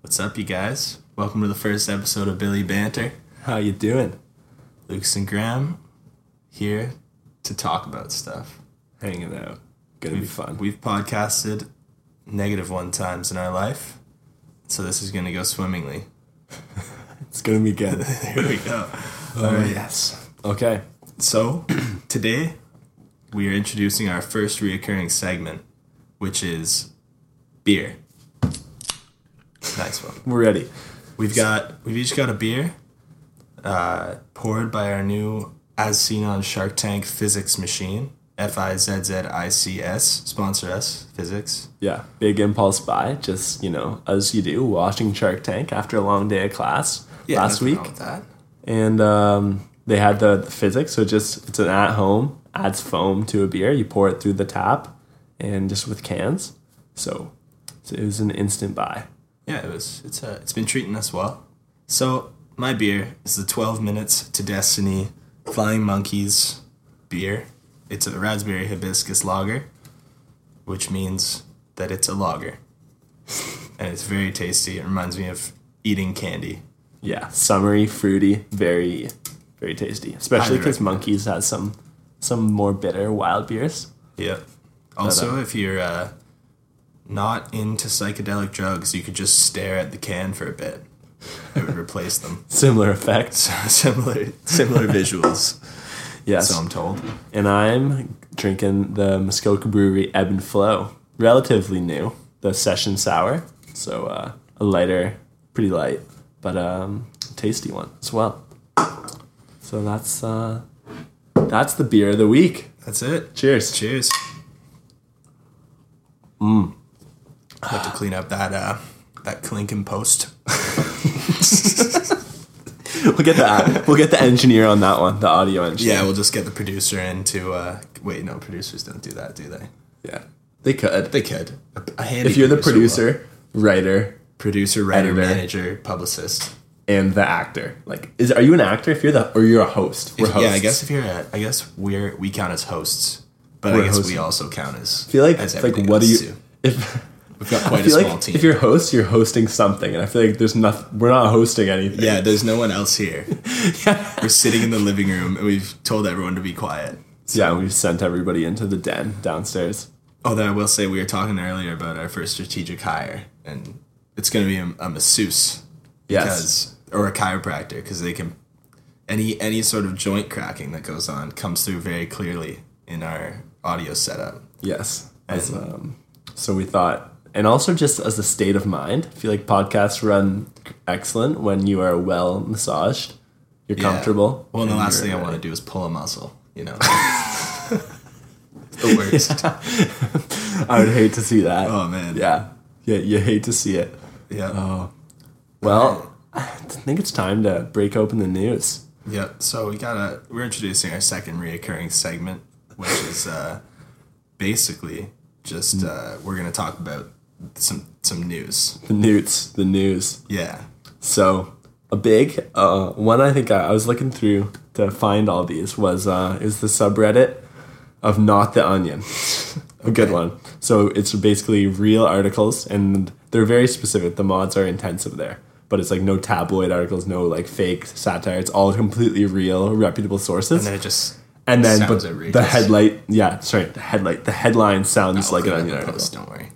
What's up, you guys? Welcome to the first episode of Billy Banter. How you doing? Lucas and Graham here to talk about stuff. Hanging out. Gonna be fun. We've podcasted negative one times in our life, so this is going to go swimmingly. It's gonna be good. Here we go. All right, yes. okay. So today we are introducing our first reoccurring segment, which is beer. Nice one. We're ready. We've got we've each got a beer uh, poured by our new as seen on Shark Tank physics machine. F I Z Z I C S sponsor us physics. Yeah. Big impulse buy, just you know, as you do, watching Shark Tank after a long day of class last week. that. And um, they had the, the physics, so just it's an at home, adds foam to a beer, you pour it through the tap and just with cans. So, so it was an instant buy. Yeah, it was. It's uh, it's been treating us well. So my beer is the Twelve Minutes to Destiny Flying Monkeys beer. It's a raspberry hibiscus lager, which means that it's a lager, and it's very tasty. It reminds me of eating candy. Yeah. Summery, fruity, very very tasty. Especially Highly because Monkeys has some some more bitter wild beers. Yep. Also, if you're uh, not into psychedelic drugs, you could just stare at the can for a bit. It would replace them. Similar effects. similar, similar visuals. Yes. So I'm told. and I'm drinking the Muskoka Brewery Ebb and Flow, relatively new, the Session Sour. So uh, a lighter, pretty light, but um, tasty one as well. So that's uh, that's the beer of the week. That's it. Cheers. Cheers. Mm. Have to clean up that uh, that clinking post. We'll get the we'll get the engineer on that one, the audio engineer. Yeah, we'll just get the producer in to. Uh, wait, no, producers don't do that, do they? yeah. They could. They could. A, a handy If you're the will. producer, writer, producer, writer, Editor. manager, publicist. and the actor, like, is are you an actor? If you're the or you're a host, we're hosts. Yeah, I guess if you're at, I guess we're we count as hosts, but We're I guess hosting. we also count as. I feel like as it's like everything what do else, you too. if We've got quite I a feel small like team. if you're a host, you're hosting something, and I feel like there's nothing. We're not hosting anything. yeah, there's no one else here. We're sitting in the living room and we've told everyone to be quiet. yeah. We've sent everybody into the den downstairs. Although I will say we were talking earlier about our first strategic hire, and it's going to be a, a masseuse, Yes. because or a chiropractor because they can any any sort of joint cracking that goes on comes through very clearly in our audio setup. Yes. As, And- um, so we thought, and also just as a state of mind, I feel like podcasts run excellent when you are well massaged, you're Yeah. comfortable. Well, and the and last you're thing I ready. want to do is pull a muscle. You know, It's the worst. I would hate to see that. Oh man. Yeah, yeah, you hate to see it. Yeah. Well, I think it's time to break open the news. Yep. So we gotta we're introducing our second reoccurring segment, which is uh, basically just uh, we're gonna talk about some some news. The newts, the news. Yeah. So a big uh, one I think I, I was looking through to find all these was uh, is the subreddit of not the onion. a good one. So it's basically real articles and they're very specific. The mods are intensive there. But it's like no tabloid articles, no like fake satire. It's all completely real, reputable sources. And then it just And then, sounds but the outrageous. headlight, yeah, sorry, the headlight, the headline sounds I'll like an put it in onion the article. post, don't worry.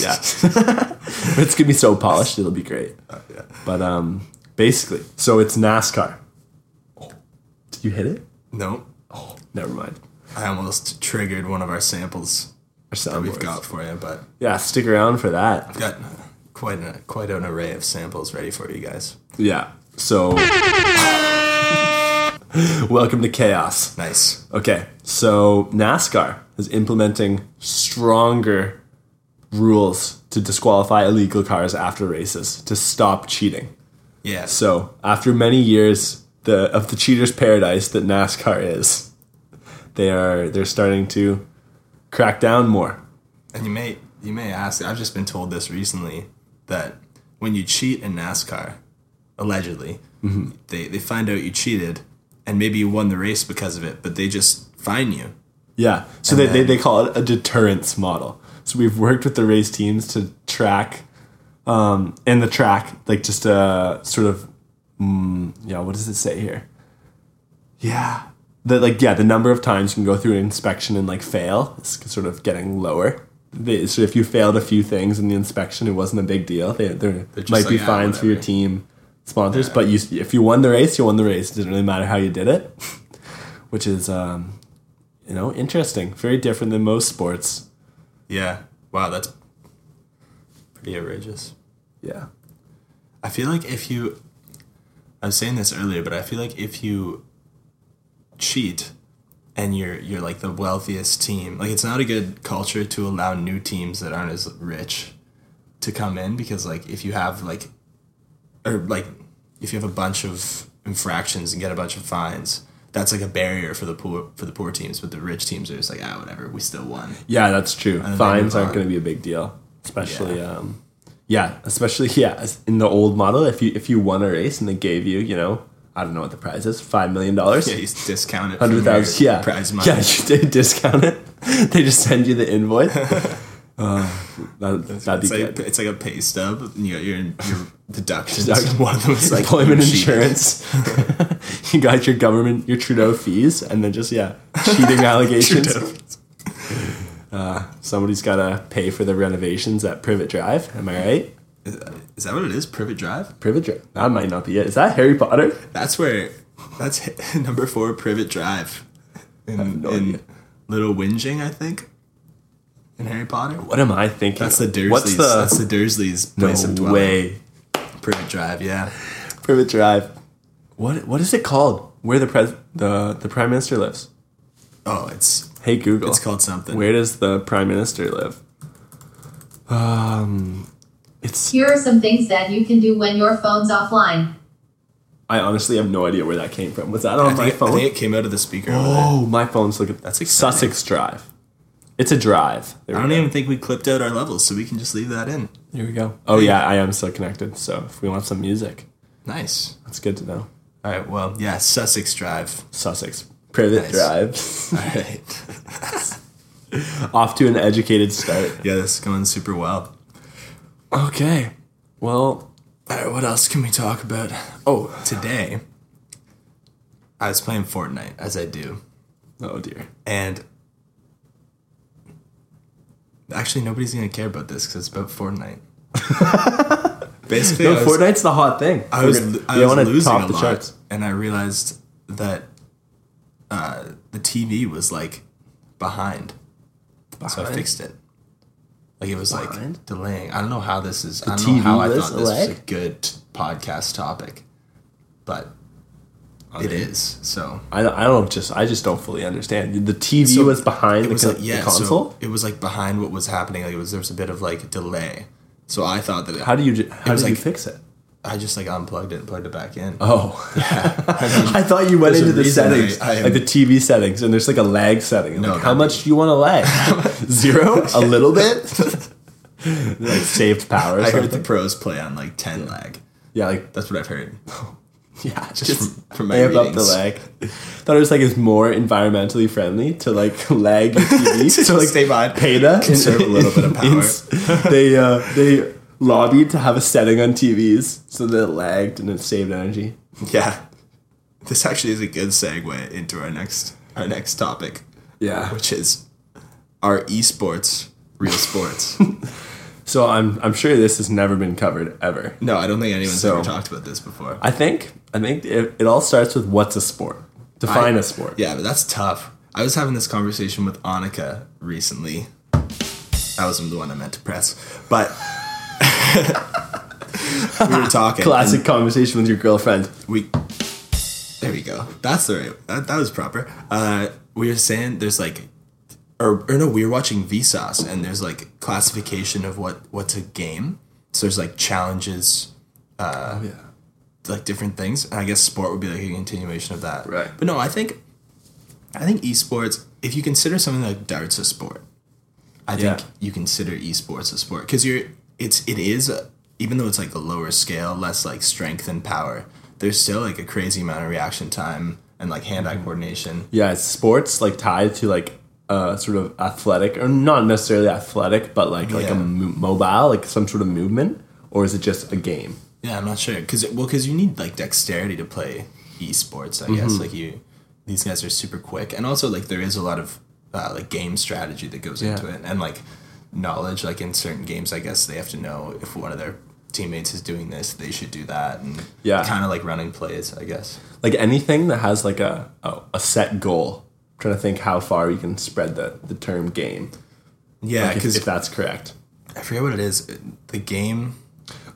Yeah. it's gonna be so polished, it'll be great. Oh, yeah. But um basically, so it's NASCAR. Did you hit it? No. Never mind. I almost triggered one of our samples Our that we've soundboards. got for you, but Yeah, stick around for that. I've got uh, quite an quite an array of samples ready for you guys. Yeah. So Welcome to chaos. Nice. Okay, so NASCAR is implementing stronger rules to disqualify illegal cars after races to stop cheating. Yeah. So, after many years the, of the cheaters' paradise that NASCAR is, they are they're starting to crack down more. And you may you may ask, I've just been told this recently that when you cheat in NASCAR, allegedly, they, they find out you cheated and maybe you won the race because of it, but they just fine you. Yeah, so they, they then- they call it a deterrence model. So we've worked with the race teams to track um, and the track, like just a sort of, mm, yeah, what does it say here? Yeah, the like yeah, the number of times you can go through an inspection and like fail is sort of getting lower. They, so if you failed a few things in the inspection, it wasn't a big deal. They there just might be like, "Ah, fines for your whatever." team sponsors, but you if you won the race, you won the race. It didn't really matter how you did it, which is um, you know interesting, very different than most sports. Yeah. Wow, that's pretty outrageous. Yeah. I feel like if you, I was saying this earlier, but I feel like if you cheat and you're you're like the wealthiest team, like it's not a good culture to allow new teams that aren't as rich to come in because like if you have like or like if you have a bunch of infractions and get a bunch of fines, that's like a barrier for the poor for the poor teams, but the rich teams are just like ah whatever, we still won. Yeah, that's true. then Fines they move aren't on. going to be a big deal, especially yeah. um yeah, especially yeah, as- in the old model if you if you won a race and they gave you, you know, I don't know what the prize is, 5 million dollars. Yeah, you just discount it. from Hundred thousand, your yeah, prize money. yeah. You did discount it. They just send you the invoice. uh, that, that'd be it's good. like, it's like a pay stub. and You got your, your deductions. Deduct- One of them is like employment cheating. insurance. you got your government, your Trudeau fees, and then just yeah, cheating allegations. Uh, Trudeau. Somebody's got to pay for the renovations at Privet Drive. Am I right? Is that what it is? Privet Drive. Privet Drive. That might not be it. Is that Harry Potter? That's where. That's h- number four. Privet Drive. In, no in idea. Little Whinging, I think. In Harry Potter. What am I thinking? That's the Dursleys. What's that's the the Dursleys' place of no dwelling. way? Privet Drive. Yeah. Privet Drive. What what is it called? Where the pres the the prime minister lives? Oh, it's Hey Google. it's called something. Where does the prime minister live? Um, it's Here are some things that you can do when your phone's offline. I honestly have no idea where that came from. Was that on I my think, phone? I think it came out of the speaker. over there. oh, my phone's looking. That's That's exciting. Sussex Drive. It's a drive. There I we don't e- go. even think we clipped out our levels, so we can just leave that in. Here we go. Oh yeah, I am still connected. So if we want some music, Nice. that's good to know. All right. Well, yeah. Sussex Drive. Sussex Privet Nice. Drive. All right. Off to an educated start. Yeah, this is going super well. Okay. Well, All right, what else can we talk about? Oh, today I was playing Fortnite as I do, oh dear. and actually nobody's gonna care about this because it's about Fortnite. Basically, No, I was, Fortnite's the hot thing. I was, We're gonna- I we was wanna losing top a the lot, charts. and I realized that uh, the TV was like behind, so I Behind? fixed it. Like it was like Behind? delaying. I don't know how this is. I don't know TV how I was thought this was a delayed? good podcast topic, but Oh, it is. So I don't, I don't just I just don't fully understand. The TV So, was behind it the, was con- like yeah, the console. So it was like behind what was happening. Like it was there was a bit of like delay. So I thought that it, how do you ju- how was did you like- fix it? I just like unplugged it and plugged it back in. Oh, I thought you went there's a into the reason I- settings, I am- like the TV settings, and there's like a lag setting. No, like, how no. much do you want to lag? Zero, a little bit. like saved power. Or I heard something. the pros play on like ten lag. yeah, like That's what I've heard. yeah, just, from- from my amp up the readings. lag. Thought it was like it's more environmentally friendly to like lag your TV To so like stay behind. Peta Conserve a little bit of power. they uh, they lobbied to have a setting on TVs so that it lagged and it saved energy. Yeah, this actually is a good segue into our next our next topic, Yeah. which is our esports real sports. So I'm I'm sure this has never been covered ever. no, I don't think anyone's So- ever talked about this before. I think I think it, it all starts with what's a sport. Define a sport. Yeah, but that's tough. I was having this conversation with Annika recently. That wasn't the one I meant to press, but we were talking. Classic conversation with your girlfriend. and We there we go. That's the right. That, that was proper. Uh, we were saying there's like, or, or no, we were watching Vsauce, and there's like classification of what what's a game. So there's like challenges, uh, Oh yeah. like different things. And I guess sport would be like a continuation of that. Right. But no, I think I think esports, if you consider something like darts a sport, I think Yeah. you consider esports a sport cuz you're it's it is a, even though it's like a lower scale, less like strength and power, there's still like a crazy amount of reaction time and like hand-eye Mm-hmm. coordination. Yeah, it's sports like tied to like uh, sort of athletic or not necessarily athletic, but like like Yeah. a mo- mobile, like some sort of movement or is it just a game? Yeah, I'm not sure because well, because you need like dexterity to play esports. I guess Mm-hmm. like you, these guys are super quick, and also like there is a lot of uh, like game strategy that goes into it, and like knowledge. Like in certain games, I guess they have to know if one of their teammates is doing this, they should do that, and Yeah. kind of like running plays. I guess Like anything that has like a a, a set goal. I'm trying to think how far you can spread the, the term game. yeah, Like, if, because if that's correct. I forget what it is. The game.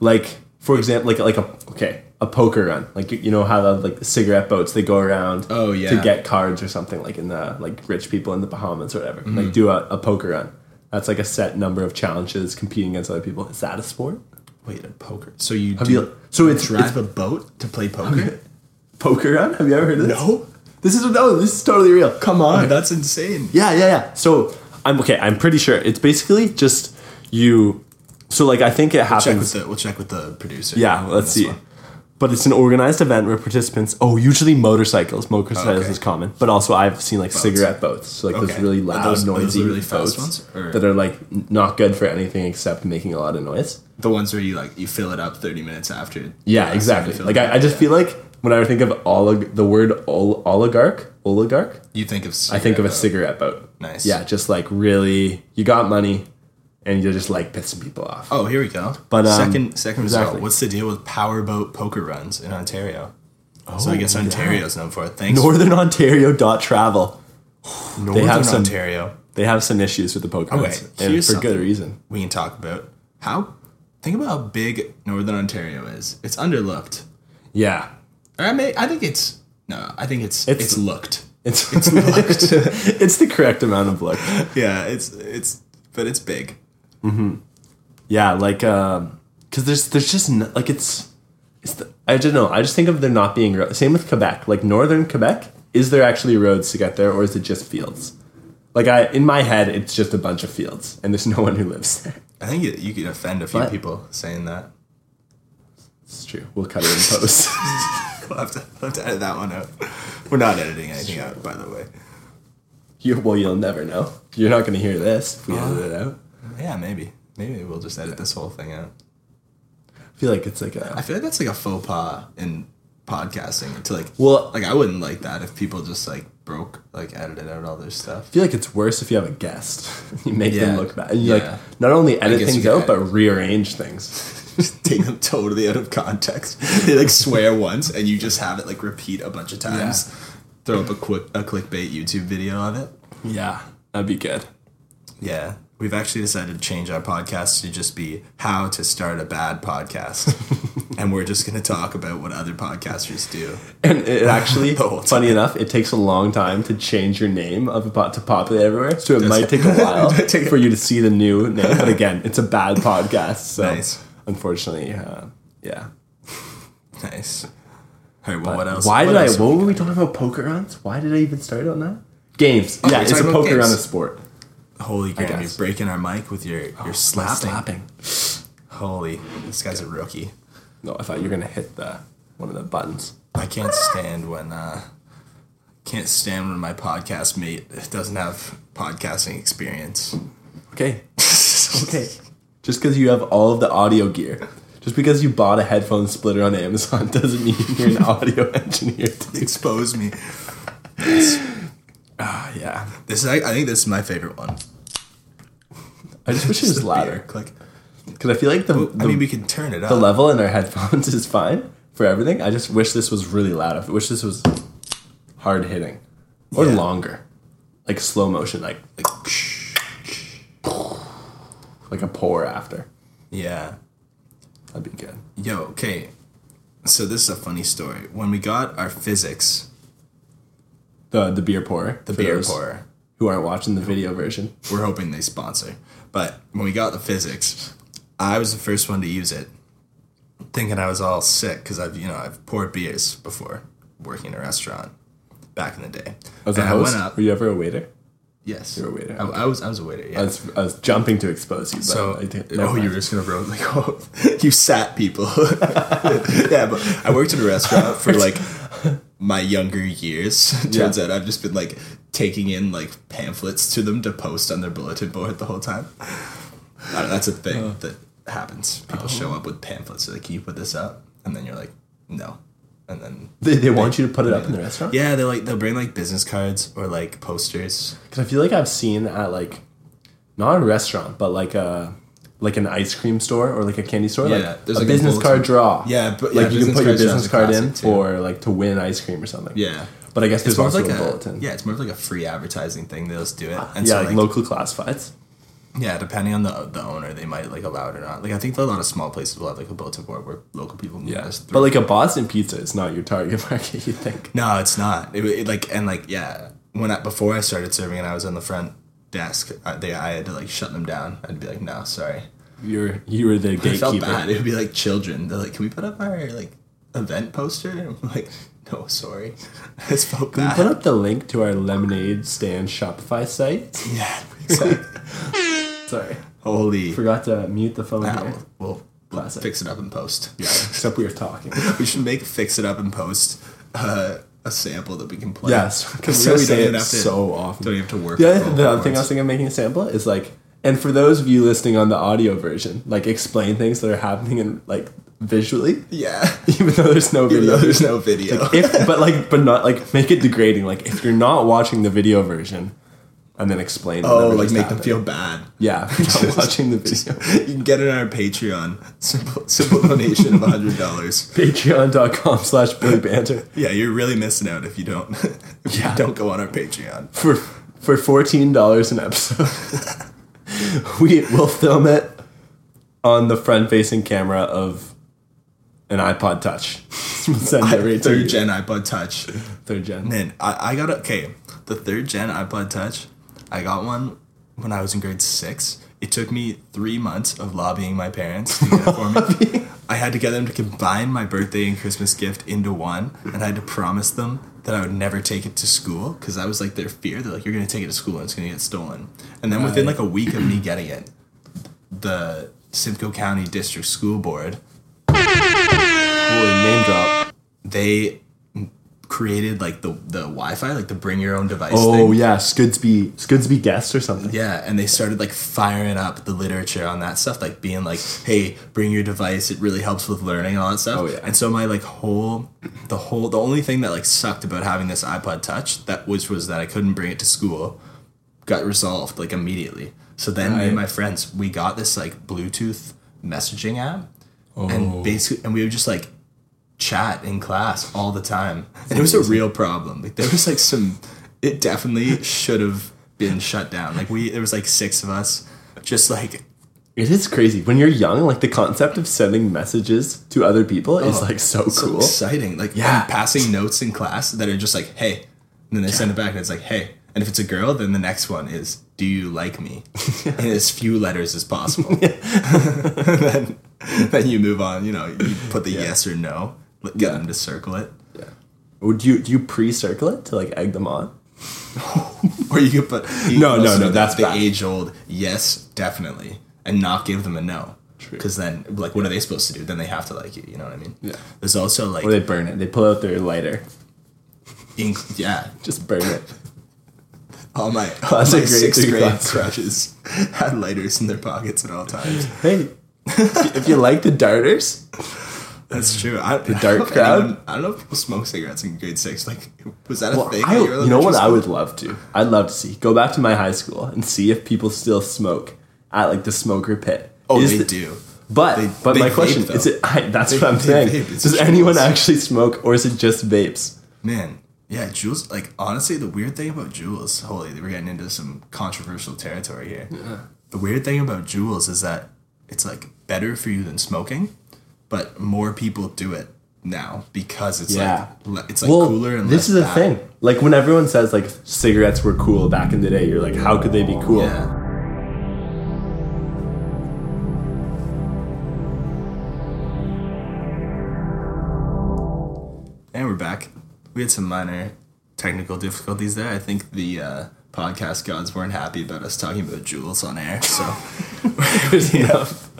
like for example like like a okay a poker run like you, you know how the like cigarette boats they go around Oh, yeah. to get cards or something like in the like rich people in the bahamas or whatever Mm-hmm. like do a, a poker run that's like a set number of challenges competing against other people is that a sport Wait, a poker. So you Have do you- so it's, it's drive a boat to play poker? poker run have you ever heard of this this is no this is totally real come on Oh, that's insane. Yeah, yeah, yeah. So I'm okay. I'm pretty sure it's basically just you. So like I think it Check with happens. the, we'll check with the producer. yeah, on let's this see. one. But it's an organized event where participants. Oh, usually motorcycles. Motorcycles Okay. is common, but also I've seen like cigarette boats, so like those Okay. really Are loud, those- are those noisy the really boats fast ones, or- that are like n- not good for anything except making a lot of noise. The ones where you like you fill it up thirty minutes after. Yeah, exactly. fill Like it I, up, I just yeah. feel like whenever I think of olig- the word ol- oligarch, oligarch, You think of. I think of a cigarette cigarette boat. Nice. Yeah, just like really, you got money, and you're just like pissing people off. Oh, here we go. But, um, second, second exactly. result. What's the deal with powerboat poker runs in Ontario? so Oh, I guess look at Ontario's known for it. Thanks, Northern Ontario dot travel. Northern have some- Ontario. They have some issues with the Pokemon, Okay, and for here's good something. reason. We can talk about how. Think about how big Northern Ontario is. It's underlooked. Yeah, Or I may. I think it's no. I think it's It's- it's, looked. it's it's, it's the correct amount of luck. Yeah, it's it's but it's big. Yeah, like um, because there's there's just n- like it's it's the, I don't know. I just think of there not being roads. Same with Quebec, like northern Quebec. Is there actually roads to get there, or is it just fields? Like I in my head, it's just a bunch of fields, and there's no one who lives there. I think you, you could offend a few But- people saying that. It's true. We'll cut it in post. We'll have to, we'll have to edit that one out. We're not editing anything out, by the way. you, well, you'll never know. You're not going to hear this if we edit it out. Yeah, maybe. Maybe we'll just edit this whole thing out. I feel like it's like I a. feel like that's like a faux pas in podcasting to like Well, I like I wouldn't like that if people just like broke like edited out all their stuff. feel like it's worse if you have a guest. you make them Yeah. look bad. And you Yeah. like not only edit guess you things could out, add- but rearrange things. Just take them totally out of context. they like swear once and you just have it like repeat a bunch of times. Throw up a quick a clickbait YouTube video of it. Yeah, that'd be good. Yeah. We've actually decided to change our podcast to just be how to start a bad podcast. and we're just going to talk about what other podcasters do. And it actually, The whole funny enough, it takes a long time to change your name of a pod to populate everywhere. So it might take a while Take a- for you to see the new name. But again, it's a bad podcast. So Nice. unfortunately, uh, yeah. Nice. All right, well, what else? Why what did I? else? What were we talking about? Poker runs? Why did I even start on that? Games. Oh, yeah, we're it's a talking about poker run games. a sport. Holy crap, you're guess. breaking our mic with your, your slapping. Holy, this guy's a rookie. No, I thought you were gonna hit the one of the buttons. I can't stand when uh can't stand when my podcast mate doesn't have podcasting experience. Okay. okay. Just because you have all of the audio gear, just because you bought a headphone splitter on Amazon doesn't mean you're an audio engineer. Dude. Expose me. Oh, Yeah. This is, I, I think this is my favorite one. I just wish it was Beer louder Click. because I feel like the the, I mean, we can turn it up. the level in our headphones is fine for everything. I just wish this was really loud. I wish this was hard hitting or Yeah. longer, like slow motion, like Like, like a pour after. yeah. That'd be good. Yo, okay. So this is a funny story. When we got our physics, The the beer pour. the beer pourer, Who aren't watching the video version? we're hoping they sponsor. But when we got the physics, I was the first one to use it, thinking I was all sick because I've you know I've poured beers before working in a restaurant back in the day. As a And I host, went up. were you ever a waiter? Yes, you were a waiter, I, I was I was a waiter. Yeah. I was, I was jumping to expose you. But So, I didn't- never oh, you mind. were just gonna roll like, oh, you sat people. yeah, but I worked in a restaurant for like my younger years. Turns Yeah. out I've just been like taking in like Oh. pamphlets to them to post on their bulletin board the whole time. I don't know, that's a thing that happens. People show up with pamphlets. They're like, "Can you put this up?" And then you're like, "No," and then They, they want you to put it up in the restaurant? yeah, they like they'll bring like business cards or like posters. Because I feel like I've seen at like, not a restaurant, but like a like an ice cream store or like a candy store, Yeah, like a there's like a business bulletin- card draw. Yeah, but- yeah, like you business can put your card draws business are card in classic, too. for like to win ice cream or something. Yeah, but I guess there's it's more of also like a a bulletin. Ah, yeah, it's more of like a free advertising thing. They'll just do it. And so, yeah, like, local classifieds. Yeah, depending on the the owner, they might like allow it or not. Like I think a lot of small places will have like a bulletin board where local people can just but like a Boston pizza is not your target market. You think? No, it's not. It, it like and like yeah. When I, before I started serving and I was on the front desk, I, they I had to like shut them down. I'd be like, no, sorry. You're you were the It felt bad. gatekeeper. It would be like children. They're like, can we put up our like event poster? And I'm like, no, sorry. This felt We put bad. up the link to our lemonade stand Shopify site. Yeah, exactly. Sorry, Holy. forgot to mute the phone. Ah, here. we'll- we'll, we'll Classic. fix it up in post. Yeah, except we were talking. we should make fix it up in post uh, a sample that we can play. Yes, because So we we don't say even it have to- so often. don't even have to work The with other, all the the other thing I words. was thinking of making a sample is like, and for those of you listening on the audio version, like explain things that are happening and like visually, Yeah. even though there's no Even video. though there's no video. if but like but not like make it degrading. Like if you're not watching the video version, and then explain. oh, whatever like just make them happened. feel bad. yeah for not watching the Just- video. you can get it on our Patreon. Simple, simple donation of hundred dollars. Patreon.com slash Billy Banter Yeah, you're really missing out if you don't. If Yeah. you don't go on our Patreon. for for fourteen dollars an episode. we will film it on the front facing camera of an iPod Touch. We'll send it right to Third you. gen iPod Touch. Third gen. Man, I, I got a, okay. The third gen iPod Touch, I got one when I was in grade six. It took me three months of lobbying my parents to get it for me. I had to get them to combine my birthday and Christmas gift into one, and I had to promise them that I would never take it to school because that was like their fear. They're like, "You're gonna take it to school and it's gonna get stolen." And then within like Right. a week of me getting it, the Simcoe County District School Board Holy name drop. they created like the the Wi-Fi, like the bring your own device. Oh thing. yeah, Scudsby Scudsby guest or something. Yeah, and they started like firing up the literature on that stuff, like being like, "Hey, bring your device. It really helps with learning and all that stuff." Oh, yeah. And so my like whole, the whole, the only thing that like sucked about having this iPod Touch that which was that I couldn't bring it to school, got resolved like immediately. So then me Right. and my friends we got this like Bluetooth messaging app, Oh. and basically, and we would just like chat in class all the time, and it was a real problem. Like there was like some, it definitely should have been shut down. Like we, there was like six of us, just like It is crazy. When you're young, like the concept of sending messages to other people is Oh, like so, so cool. exciting. Like Yeah. and passing notes in class that are just like, hey, and then they send it back and it's like, hey. And if it's a girl, then the next one is, do you like me? In as few letters as possible. then, then you move on. You know, you put the yes or no. Get them to circle it, Would you Oh, do you pre-circle it to like egg them on? or you could put you No, could no, also do no, the- that's the bad. age old yes, definitely, and not give them a no. True. Because then, like, what are they supposed to do? Then they have to like you. You know what I mean? Yeah. There's also like Or they burn it. They pull out their lighter. ink. Yeah, Just burn it. All my, all my Classic grade sixth three grade class. crushes had lighters in their pockets at all times. hey, if you like the darters, That's true. I, the dark crowd? I don't know if people smoke cigarettes in grade six. Like, was that a well, thing? I, at your you know what I elementary would love to? I'd love to see. Go back to my high school and see if people still smoke at like the smoker pit. school? Oh, Is they the- do. But They- but they my vape, question though. is it? I, that's They- what I'm they saying. vape. It's Does just anyone vapes. actually smoke, or is it just vapes? Man, yeah, Jules. Like, honestly, the weird thing about Jules, holy, we're getting into some controversial territory here. The weird thing about Jules is that it's like better for you than smoking, but more people do it now because it's Yeah. like le- it's like cooler and this less is the bad. thing. Like when everyone says like cigarettes were cool back in the day, you're like, how could they be cool? Oh, Yeah. And we're back. We had some minor technical difficulties there. I think the uh, podcast gods weren't happy about us talking about jewels on air, so There's enough.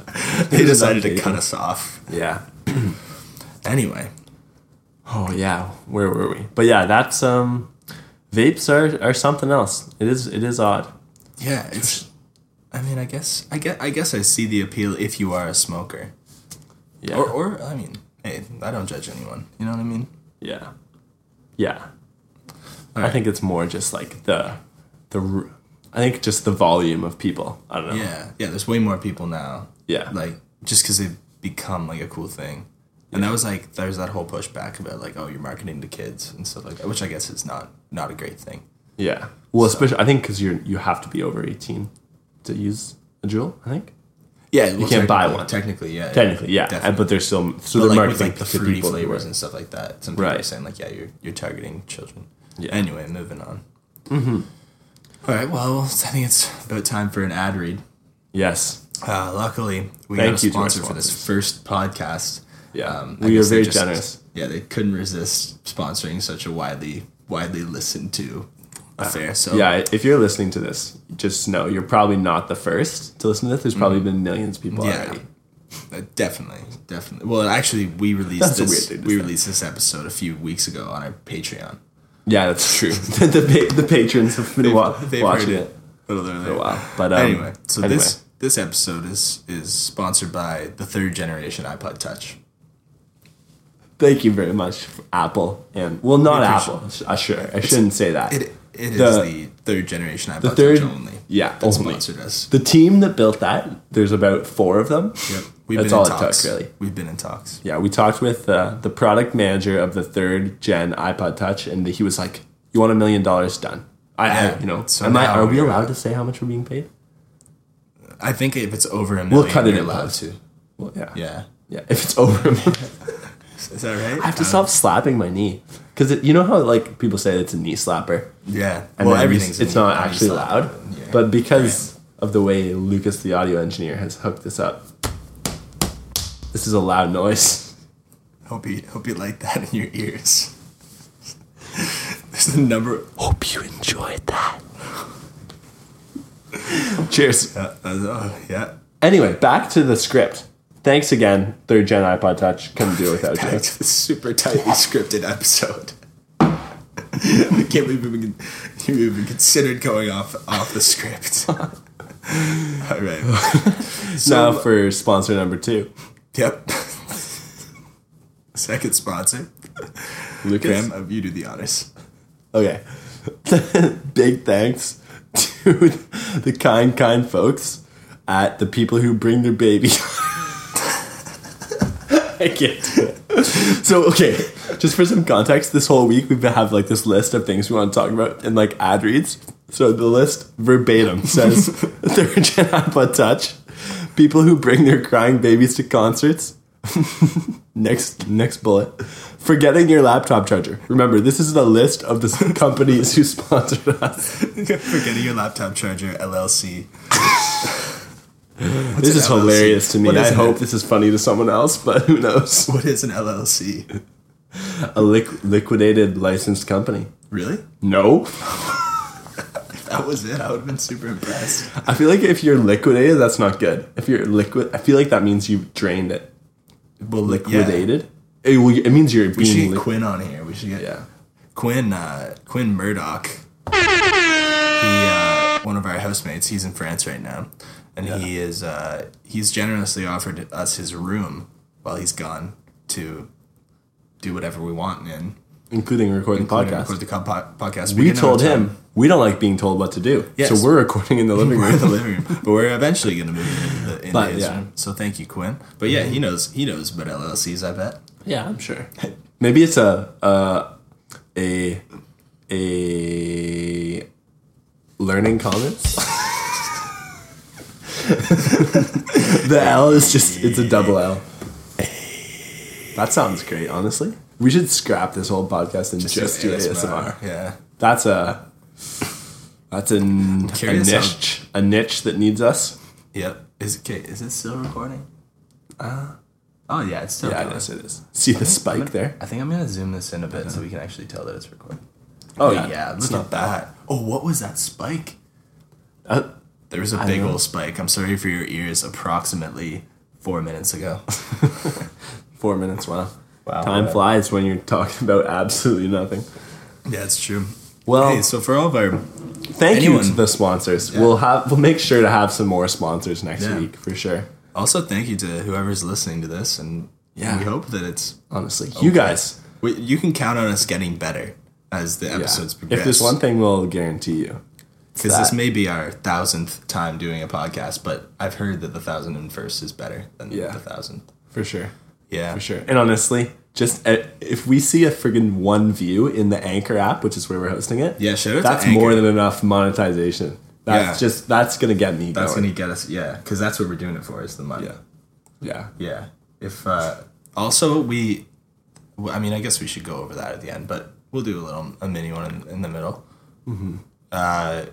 they There's decided enough to cut vaping. us off. Yeah. Anyway, Oh yeah. Where were we? But yeah, that's um, vapes are are something else. It is it is odd. yeah, it's. I mean, I guess, I guess, I guess, I see the appeal if you are a smoker, Yeah. or, or I mean, hey, I don't judge anyone. You know what I mean? yeah. Yeah. I think it's more just like the the r- I think just the volume of people. I don't know. Yeah, yeah. There's way more people now. Yeah. Like just because they've become like a cool thing, and that was like there's that whole pushback about like oh you're marketing to kids and stuff like that, which I guess is not not a great thing. Yeah. Well, especially I think because you're you have to be over eighteen to use a jewel. I think Yeah, you can't buy one. Technically, yeah. technically, yeah. Definitely. But there's still so But, like they're with marketing like the to fruity people who flavors are- and stuff like that. Some people are Right. saying like yeah you're you're targeting children. Yeah. Anyway, moving on. Mm-hmm. right. Well, I think it's about time for an ad read. Yes. Uh, luckily, we Thank got a you to our sponsor for this sponsors. first podcast. Yeah. Um, I we are guess they very just- generous. Yeah, they couldn't resist sponsoring such a widely widely listened to affair. So Uh-huh. Yeah. If you're listening to this, just know you're probably not the first to listen to this. There's probably been millions of people Yeah. already. uh, definitely, definitely. Well, actually, we released That's a this. weird thing to we say. released this episode a few weeks ago on our Patreon. Yeah, that's true. the, pa- the patrons have been wa- They've watching heard it. literally for a while. But um, anyway, so this this episode is is sponsored by the third generation iPod Touch. Thank you very much, Apple. And well, not We appreciate Apple. Uh, sure, I shouldn't say that. It it is The- the, third generation iPod the third, Touch only. yeah, that only. sponsored us. The team that built that, there's about four of them. Yep, we've That's been all in it took, talks. really. We've been in talks. Yeah, we talked with uh, the product manager of the third gen iPod Touch, and he was like, "You want a million dollars done?" I, Yeah, I you know, so am I, now are we we're- allowed to say how much we're being paid? I think if it's over a million, We'll cut it you're in allowed post. to. Well, yeah, Yeah, yeah. If it's over, a million. is that right? I have to stop slapping my knee because you know how like people say it's a knee slapper. Yeah, and well, then everything's in it's the- not actually obviously. loud. Yeah. But because of the way Lucas, the audio engineer, has hooked this up, this is a loud noise. hope you hope you like that in your ears. this is the number. Hope you enjoyed that. Cheers. Uh, uh, oh, yeah, Anyway, back to the script. Thanks again, third gen iPod Touch. Couldn't do it without back you. to the super tightly scripted episode. I can't believe we even, you even considered going off off the script. All right. Now for sponsor number two, Yep. Second sponsor, Lucas. Graham. uh, You do the honors. Okay. Big thanks to the kind, kind folks at the people who bring their baby. I can't do it. So, okay, just for some context, this whole week we've have like this list of things we want to talk about and like ad reads. So the list verbatim says third gen iPod Touch, people who bring their crying babies to concerts, Next, next bullet. Forgetting your laptop charger. Remember, this is the list of the s- companies who sponsored us. Forgetting your laptop charger, LLC. This is LLC? hilarious to me. What is I it? hope this is funny to someone else, but who knows? What is an LLC? A liq- liquidated licensed company. Really? No, That was it. I would have been super impressed. I feel like if you're liquidated, that's not good. If you're liquid, I feel like that means you drained it. Well, Liquidated. It, will- it means you're We should being get Quinn liquidated. on here. We should get Yeah. Quinn. Uh, Quinn Murdoch. He, uh, one of our housemates. He's in France right now, and he is. Uh, he's generously offered us his room while he's gone to do whatever we want in including recording including podcasts. record the co- po- podcast. we didn't have told time. him we don't like being told what to do, Yes. so we're recording in the living We're in room. the living room, but we're eventually going to move into, the, into But, his yeah. room. So thank you, Quinn. But yeah, he knows he knows about LLCs. I bet. Yeah, I'm sure. Maybe it's a uh, a a learning commons. the L is just it's a double L. That sounds great, honestly. We should scrap this whole podcast and just, do ASMR. Yeah. That's a that's a, n- a curious how- niche a niche that needs us. Yep. Is okay, is it still recording? Uh, oh yeah, it's still Yeah, it recording. is. It is. See the spike there? I think I'm gonna zoom this in a bit so we can actually tell that it's recording. Oh look at that. Oh, what was that spike? Uh, There was a big know. old spike. I'm sorry for your ears. Approximately four minutes ago. Four minutes, wow. Wow. Time flies when you're talking about absolutely nothing. yeah, it's true. Well, Hey, so for all of our thank Anyone. you to the sponsors. Yeah. We'll have we'll make sure to have some more sponsors next Yeah. week for sure. Also, thank you to whoever's listening to this, and Yeah. we hope that it's Honestly, you guys, we, you can count on us getting better as the yeah. episodes progress. if there's one thing we'll guarantee you, because this that- may be our thousandth time doing a podcast, but I've heard that the thousand and first is better than Yeah. the thousandth. for sure, Yeah, for sure. And honestly, just uh, if we see a friggin' one view in the Anchor app, which is where we're hosting it, Yeah, shout out to that's Anchor. more than enough monetization. That's Yeah. just that's gonna get me That's going. gonna get us. Yeah, because that's what we're doing it for is the money. yeah, yeah. Yeah. If uh, also we, w- I mean, I guess we should go over that at the end, but we'll do a little a mini one in, in the middle. Mm-hmm. Uh,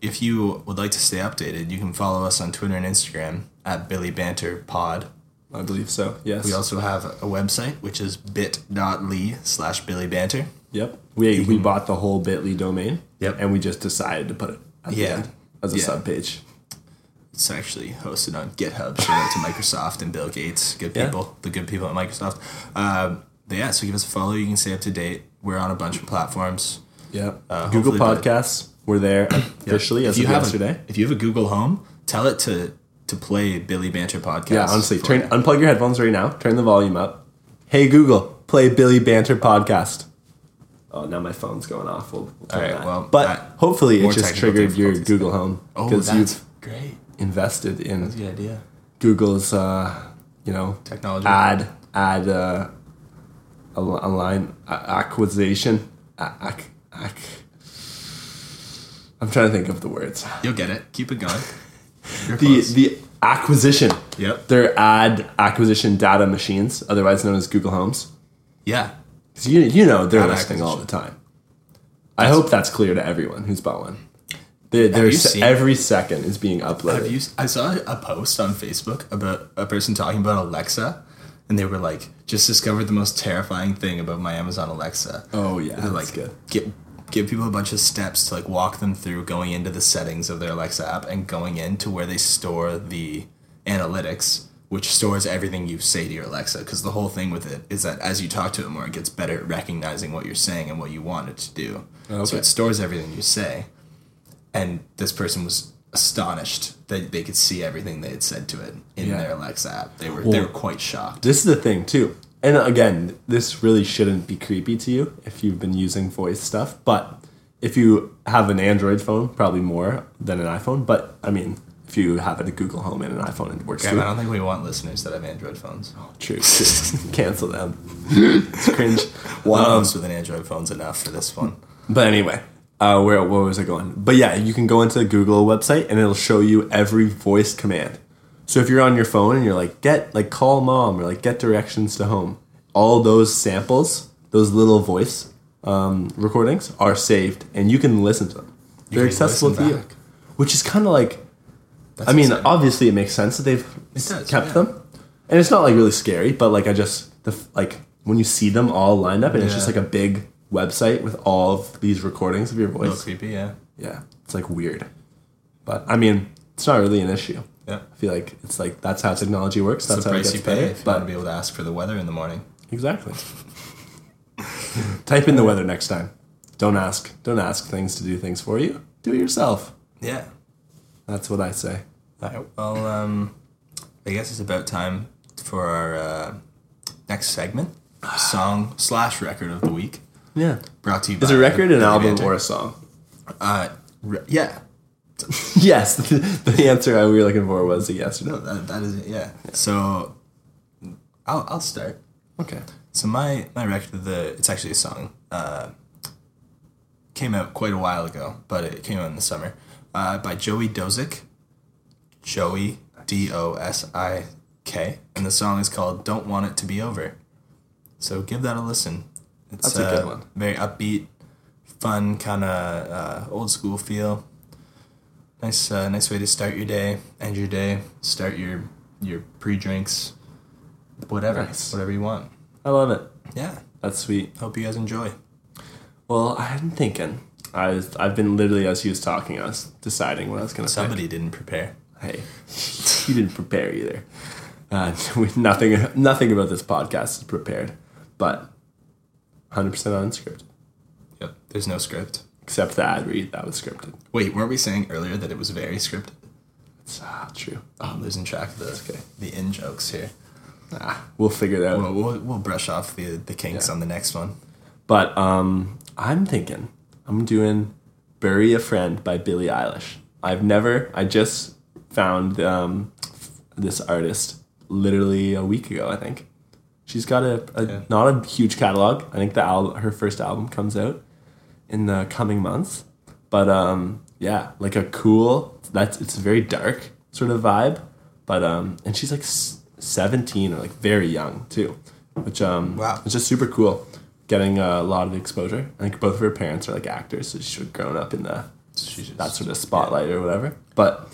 if you would like to stay updated, you can follow us on Twitter and Instagram at Billy Banter Pod. I believe so. Yes. We also have a website which is bit.ly slash Billy Banter. Yep. We we bought the whole Bitly domain. Mm-hmm. Yep. And we just decided to put it at Yeah. the end as a Yeah. sub page. It's actually hosted on GitHub. Shout out to Microsoft and Bill Gates. Good Yeah. people. The good people at Microsoft. Um, but yeah, so give us a follow. You can stay up to date. We're on a bunch of platforms. Yeah. Uh, Google hopefully by- Podcasts were there officially If as you of have yesterday. A, if you have a Google Home, tell it to to play Billy Banter podcast. yeah, honestly, for turn you. unplug your headphones right now. Turn the volume up. Hey Google, play Billy Banter podcast. Oh, now my phone's going off. We'll, we'll turn All right, that. well, but that- hopefully more it just technical triggered your difficulties. Google Home Oh, because that's you've great. invested in Good idea. Google's, uh, you know, Technology. ad ad uh, a, li- a line a- acquisition. A- ac- ac- I'm trying to think of the words. You'll get it. Keep it going. You're The close. the acquisition. Yep. Their ad acquisition data machines, otherwise known as Google Homes. yeah. 'Cause You, you know they're Ad listening all the acquisition. time. I hope that's clear to everyone who's bought one. They, they're you se- seen- every second is being Have uploaded. you? I saw a post on Facebook about a person talking about Alexa, and they were like, "Just discovered the most terrifying thing about my Amazon Alexa." Oh yeah, They're that's like, good. give give people a bunch of steps to like walk them through going into the settings of their Alexa app and going into where they store the analytics, which stores everything you say to your Alexa. Because the whole thing with it is that as you talk to it more, it gets better at recognizing what you're saying and what you want it to do. So Okay. it stores everything you say. And this person was astonished that they could see everything they had said to it in Yeah. their Alexa app. They were they Well- were quite shocked. This is the thing too. And again, this really shouldn't be creepy to you if you've been using voice stuff, but if you have an Android phone, probably more than an iPhone, but I mean, if you have a Google Home and an iPhone, it works I too. don't think we want listeners that have Android phones. True. true. Cancel them. it's cringe. One of Um, us with an Android phone's enough for this one. But anyway, uh, where where was I going? But yeah, you can go into the Google website and it'll show you every voice command. So if you're on your phone and you're like get like call mom or like get directions to home, all those samples, those little voice um, recordings are saved and you can listen to them. They're can accessible to listen you, back. which is kind of like That's I mean, uh, exciting. obviously it makes sense that they've does, kept yeah. them, and it's not like really scary, but like I just the f- like when you see them all lined up, and it's Yeah. just like a big website with all of these recordings of your A voice. little creepy, yeah. Yeah, it's like weird, but I mean, it's not really an issue. Yeah. I feel like it's like that's how technology works. That's That's the how it price gets you pay better. if you want to But be able to ask for the weather in the morning. exactly. Type in the weather next time. Don't ask. Don't ask things to do things for you. Do it yourself. Yeah. That's what I say. All right. Well, um, I guess it's about time for our uh, next segment, song slash record of the week, Yeah. brought to you. Is by a record an Billy album Banter. or a song? Uh, re- yeah. Yes, the answer I we were looking for was a yes or No, no. that, that is it. Yeah. So, I'll I'll start. Okay. So my my record of the it's actually a song. Uh, came out quite a while ago, but it came out in the summer. Uh, by Joey Dozik. Joey D O S I K, and the song is called "Don't Want It to Be Over." So give that a listen. It's That's a good uh, one. Very upbeat, fun kind of uh, old school feel. Nice, uh, nice way to start your day, end your day, start your your pre drinks, whatever, Nice. whatever you want. I love it. Yeah. That's sweet. Hope you guys enjoy. Well, I'm thinking. I was, I've been literally as he was talking, I was deciding what I was gonna Somebody didn't prepare. pick. Hey, you didn't prepare either. Uh, we- nothing, nothing about this podcast is prepared, but 100% unscripted. Yep. There's no script. Except the ad read that was scripted. Wait, weren't we saying earlier that it was very scripted? It's ah, true. Oh, I'm losing track of the okay. the in jokes here. Ah, we'll figure it out. Well, we'll, we'll brush off the the kinks Yeah. on the next one. But um, I'm thinking I'm doing "Bury a Friend" by Billie Eilish. I've never. I just found um, this artist literally a week ago. I think she's got a, a Yeah. not a huge catalog. I think the al- her first album comes out in the coming months. But um, yeah, like a cool. That's it's a very dark sort of vibe. But um, and she's like s- seventeen or like very young too, which um, Wow. it's just super cool. Getting a lot of exposure. I think both of her parents are like actors, so she's grown up in the She just- that sort of spotlight or whatever. But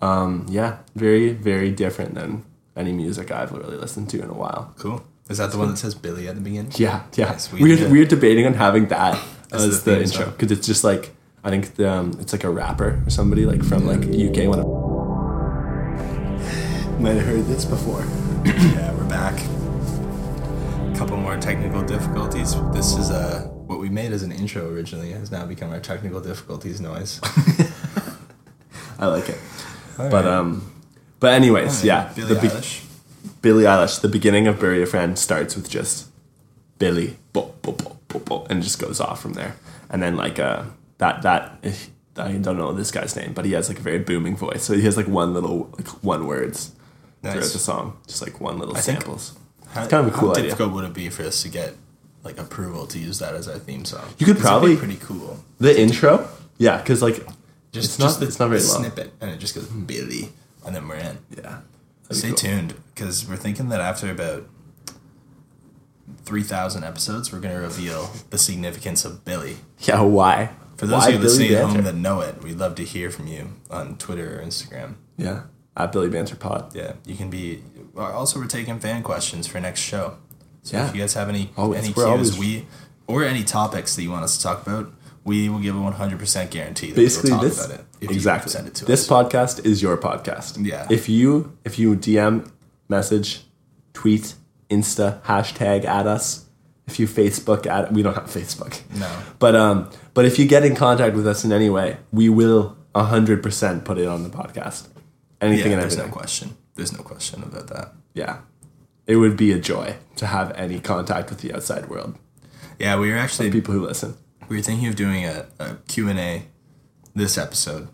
um, yeah, very very different than any music I've really listened to in a while. Cool. Is that the one that says Billy at the beginning? Yeah, yeah. Yes, we we are did. we're debating on having that As as, the the, theme intro song. because it's just like I think the, um, it's like a rapper or somebody like from like UK. When Might have heard this before. yeah, we're back. A couple more technical difficulties. This is uh, what we made as an intro originally has now become our technical difficulties noise. I like it, but um, but anyways, yeah. Billy the be- Eilish. Billie Eilish. The beginning of "Bury a Friend" starts with just Billy, bo, bo, bo, bo, bo, and it just goes off from there. And then like uh, that that I don't know this guy's name, but he has like a very booming voice. So he has like one little like one words throughout the Nice. song, just like one little think- samples. How, it's kind of a cool how idea. difficult would it be for us to get like approval to use that as our theme song? You 'Cause could it'd probably- be pretty cool. The intro? Yeah, because like Just, It's not- just the, it's not very the long. snippet, and it just goes Billy, and then we're in. yeah. Stay tuned because we're thinking that after about 3,000 episodes, we're going to reveal the significance of Billy. Yeah, why? For those why of you listening at Banter? home that know it, we'd love to hear from you on Twitter or Instagram. yeah, at Billy Banter Pod. Yeah, you can be. Also, we're taking fan questions for next show. So Yeah. if you guys have any Always. any We're cues always- we or any topics that you want us to talk about, we will give a 100% guarantee that Basically, we'll talk this about it if exactly. you send it to us. this podcast is your podcast. Yeah. If you if you DM, message, tweet, Insta, hashtag at us. If you Facebook at we don't have Facebook. No. But um, but if you get in contact with us in any way, we will hundred percent put it on the podcast. yeah, Anything and there's no everything. question. There's no question about that. yeah. It would be a joy to have any contact with the outside world. Yeah, we were actually people who listen. we were thinking of doing a, a q&a this episode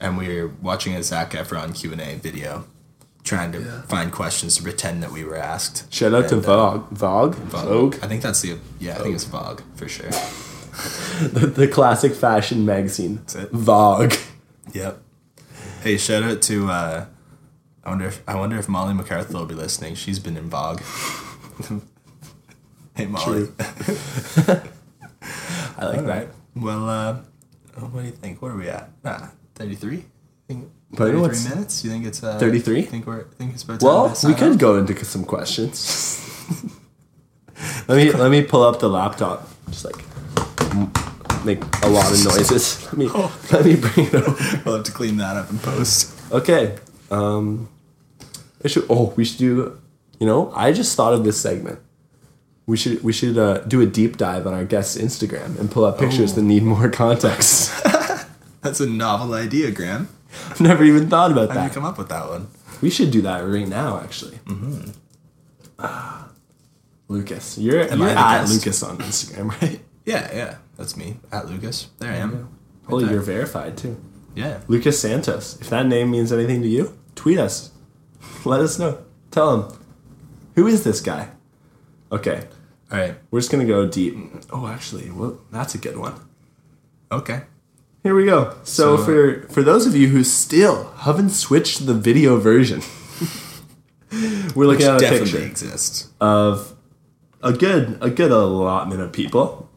and we were watching a zach efron q&a video trying to find questions to pretend that we were asked Shout out to And, uh, Vogue. Vogue? Vogue? i think that's the yeah i think it's vogue for sure The, the classic fashion magazine. That's it. Vogue. yep hey shout out to uh, i wonder if i wonder if molly mccarthy will be listening she's been in vogue hey molly True. I like all that. right well uh, what do you think what are we at nah 33 But Thirty-three what's- minutes? You think it's uh, 33? Think we're think it's about time Well, to we sign could off? go into c- some questions. let me let me pull up the laptop. Just like m- make a lot of noises. Let me let me bring it over. We'll have to clean that up in post. Okay. Um, I should. Oh, we should do. You know, I just thought of this segment. We should we should uh, do a deep dive on our guest's Instagram and pull up pictures Oh. that need more context. That's a novel idea, Graham. I've never even thought about How'd you that. come up with that one? We should do that right now, actually. Mm-hmm. Lucas, you're, Am you're I the at guest? Lucas on Instagram, right? Yeah, yeah, that's me at Lucas. There I am. Holy, you're verified too. Yeah, Lucas Santos. If that name means anything to you, tweet us. Let us know. Tell him who is this guy. Okay, All right. we're just gonna go deep. Oh, actually, well, that's a good one. Okay. Here we go. So, So- for for those of you who still haven't switched to the video version, we're looking at a Definitely picture. exists. of a good a good allotment of people.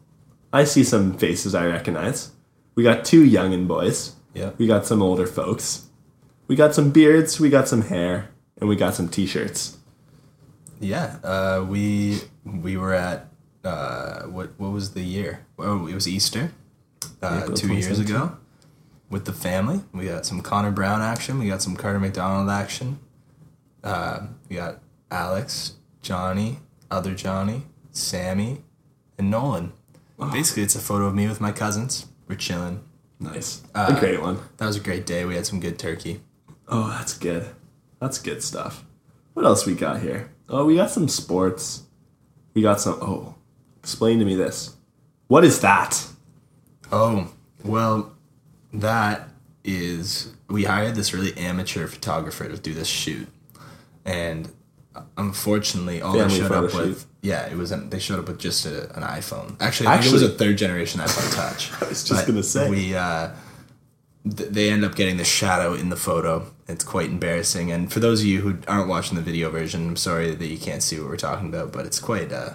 I see some faces I recognize. We got two youngin' boys. Yeah. We got some older folks. We got some beards. We got some hair, and we got some t-shirts. Yeah. Uh, we we were at uh, what what was the year? Oh, it was Easter. Uh, April two years 2017. ago, with the family, we got some Connor Brown action. We got some Carter McDonald action. Uh, we got Alex, Johnny, other Johnny, Sammy, and Nolan. Basically, it's a photo of me with my cousins. We're chilling. Nice. Uh, a great one. That was a great day. We had some good turkey. Oh, that's good. That's good stuff. What else we got here? Oh, we got some sports. We got some. Oh, explain to me this. What is that? Oh, well, that is. We hired this really amateur photographer to do this shoot, and unfortunately, all Family they showed photo up with shoot. yeah, it was an, they showed up with just a, an iPhone. Actually, I think it was Actually- a third generation iPhone Touch. I was just gonna say. we. Uh, th- they end up getting the shadow in the photo. It's quite embarrassing. And for those of you who aren't watching the video version, I'm sorry that you can't see what we're talking about, but it's quite uh,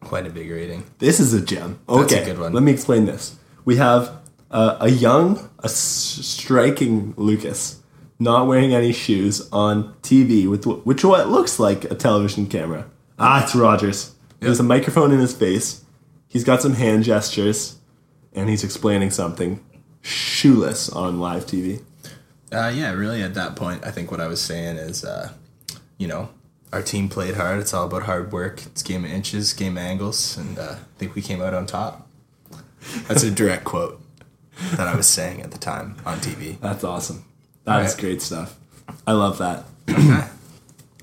quite invigorating. This is a gem. That's a Okay, good one. let me explain this. We have uh, a young, a s- striking Lucas, not wearing any shoes, on TV with wh- which what looks like a television camera. Ah, it's Rogers. There's a microphone in his face. He's got some hand gestures, and he's explaining something shoeless on live TV. Uh, yeah, really. At that point, I think what I was saying is, uh, you know, our team played hard. It's all about hard work. It's game of inches, game of angles, and uh, I think we came out on top. That's a direct quote that I was saying at the time on TV. That's awesome. That's Right. great stuff. I love that.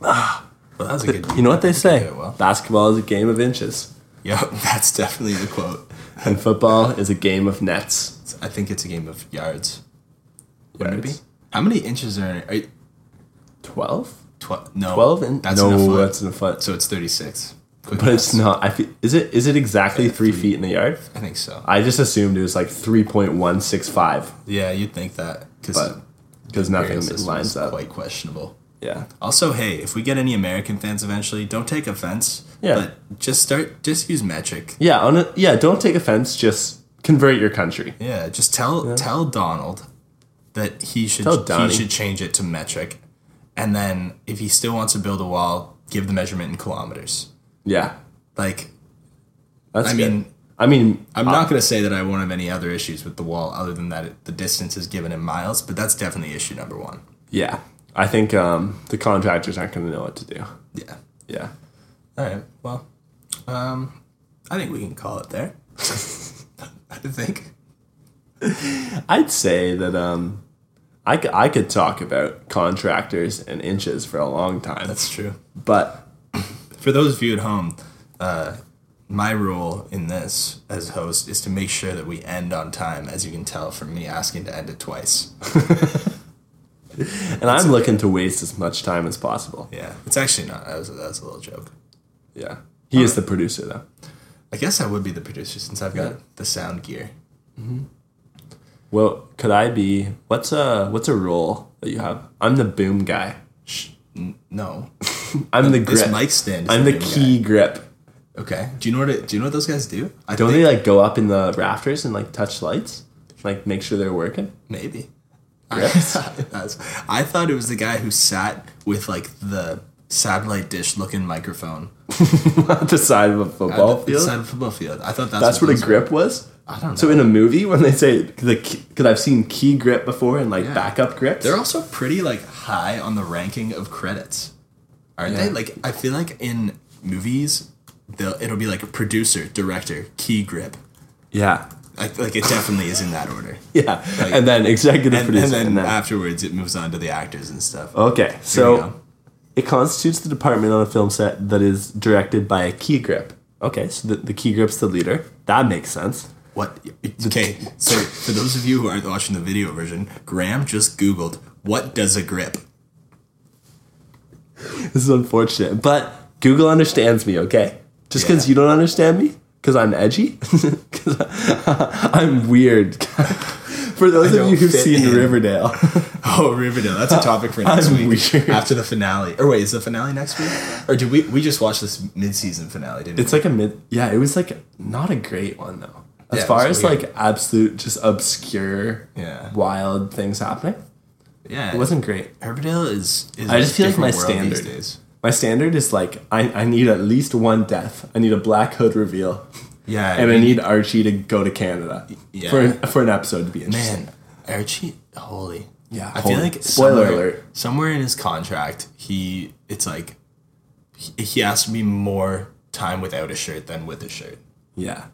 Ah, Well, that was a good. You know what they say? Yeah, well. Basketball is a game of inches, Yeah, that's definitely the quote. and football is a game of nets. It's- I think it's a game of yards. Wouldn't it Yards. be? How many inches are? are 12? tw- no, 12 and that's no, in a foot. that's in a foot. so it's thirty-six. Quick but maths. it's not. I fe- is it is it exactly three feet in the yard? I think so. I just assumed it was like three point one six five, Yeah, you'd think that because but because nothing lines up. Quite questionable. yeah, Also, hey, if we get any American fans eventually, don't take offense. Yeah. But just start, just use metric. yeah, on a, yeah. Don't take offense. Just convert your country. Yeah. Just tell tell Donald that he should Tell Donnie. he should change it to metric, and then if he still wants to build a wall, give the measurement in kilometers. Yeah, Like, that's. I good. mean, I mean, uh, I'm not gonna say that I won't have any other issues with the wall other than that it, the distance is given in miles, but that's definitely issue number one. Yeah, I think um, the contractors aren't going to know what to do. Yeah. Yeah, All right. Well, um, I think we can call it there. I think. I'd say that um, I c- I could talk about contractors and inches for a long time, That's true. but for those of you at home, uh, my role in this as host is to make sure that we end on time, as you can tell from me asking to end it twice. And I'm looking to waste as much time as possible. Yeah, it's actually not. That was, that was a little joke. Yeah. He is the producer, though. I guess I would be the producer since I've got the sound gear. Well, could I be? What's a what's a role that you have? I'm the boom guy. Shh, n- no, I'm the grip. this mic stand. Is I'm the boom key grip. guy. Okay. Do you know what? It, do you know what those guys do? I Don't they like go up in the rafters and like touch lights, like make sure they're working? Maybe. Yes. That's- I thought it was the guy who sat with like the satellite dish looking microphone At the side of a football at the field. side of a football field. I thought that's, That's what a those were. grip was. I don't know. So in a movie, when they say the because I've seen key grip before and like Yeah. backup grips. They're also pretty like high on the ranking of credits, aren't Yeah. they? Like I feel like in movies, they'll it'll be like a producer, director, key grip. yeah, Like, like it definitely is in that order. yeah, Like- and then executive And, and producer, then and then- afterwards, it moves on to the actors and stuff. Okay, we so go. it constitutes the department on a film set that is directed by a key grip. Okay, so the, the key grip's the leader. That makes sense. What? Okay, so for those of you who aren't watching the video version, Graham just Googled what does a grip. This is unfortunate, but Google understands me, okay? Just because Yeah. you don't understand me, because I'm edgy, because I'm weird. For I those of you don't who've fit seen in. Riverdale, Oh, Riverdale. That's a topic for next I'm week weird. after the finale. Or wait, is the finale next week? Or did we we just watch this mid-season finale? Didn't it's like a mid. Yeah, it was like not a great one though. As Yeah, it far was as weird. like absolute, just obscure, Yeah. wild things happening, we? Yeah, it wasn't great. Riverdale is. is I a just feel like my different world standard. My standard is like I, I need at least one death. I need a black hood reveal, Yeah, and I need Archie to go to Canada Yeah. for for an episode to be interesting. man, Archie, holy. Yeah, I holy. feel like Spoiler somewhere- alert. Somewhere in his contract, he it's like he, he has to be more time without a shirt than with a shirt. Yeah,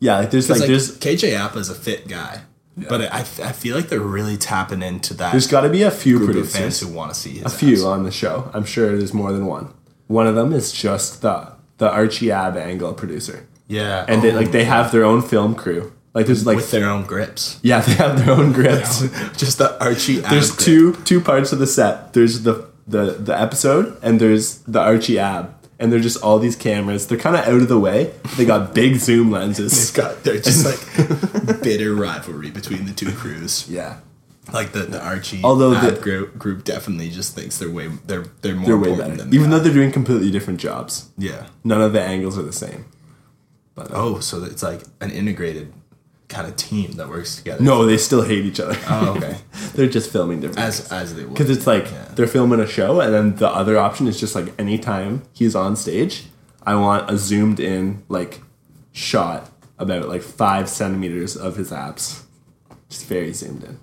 Yeah, like there's like, It's like, there's KJ Appa is a fit guy, but I, I feel like they're really tapping into that there's got to be a few group of fans producers, who want to see his a few ass. on the show. I'm sure there's more than one. One of them is just the the Archie Ab angle producer, Yeah, and they oh, like they have their own film crew. Like there's like with their own grips. yeah, they have their own grips. Just the Archie. Ab there's grip. two two parts of the set. There's the the the episode and there's the Archie ab. And they're just all these cameras. They're kind of out of the way. They got big zoom lenses. They've got they're just like bitter rivalry between the two crews. yeah. Like the, the Archie Although Ab the- group group definitely just thinks they're way they're they're more They're way important better. than Even they though are. they're doing completely different jobs. yeah. None of the angles are the same. Oh, so it's like an integrated kind of team that works together. No, they still hate each other. Oh, okay. they're just filming different. As as they would. Because it's like Yeah. they're filming a show, and then the other option is just like anytime he's on stage, I want a zoomed in like shot about like five centimeters of his abs, just very zoomed in.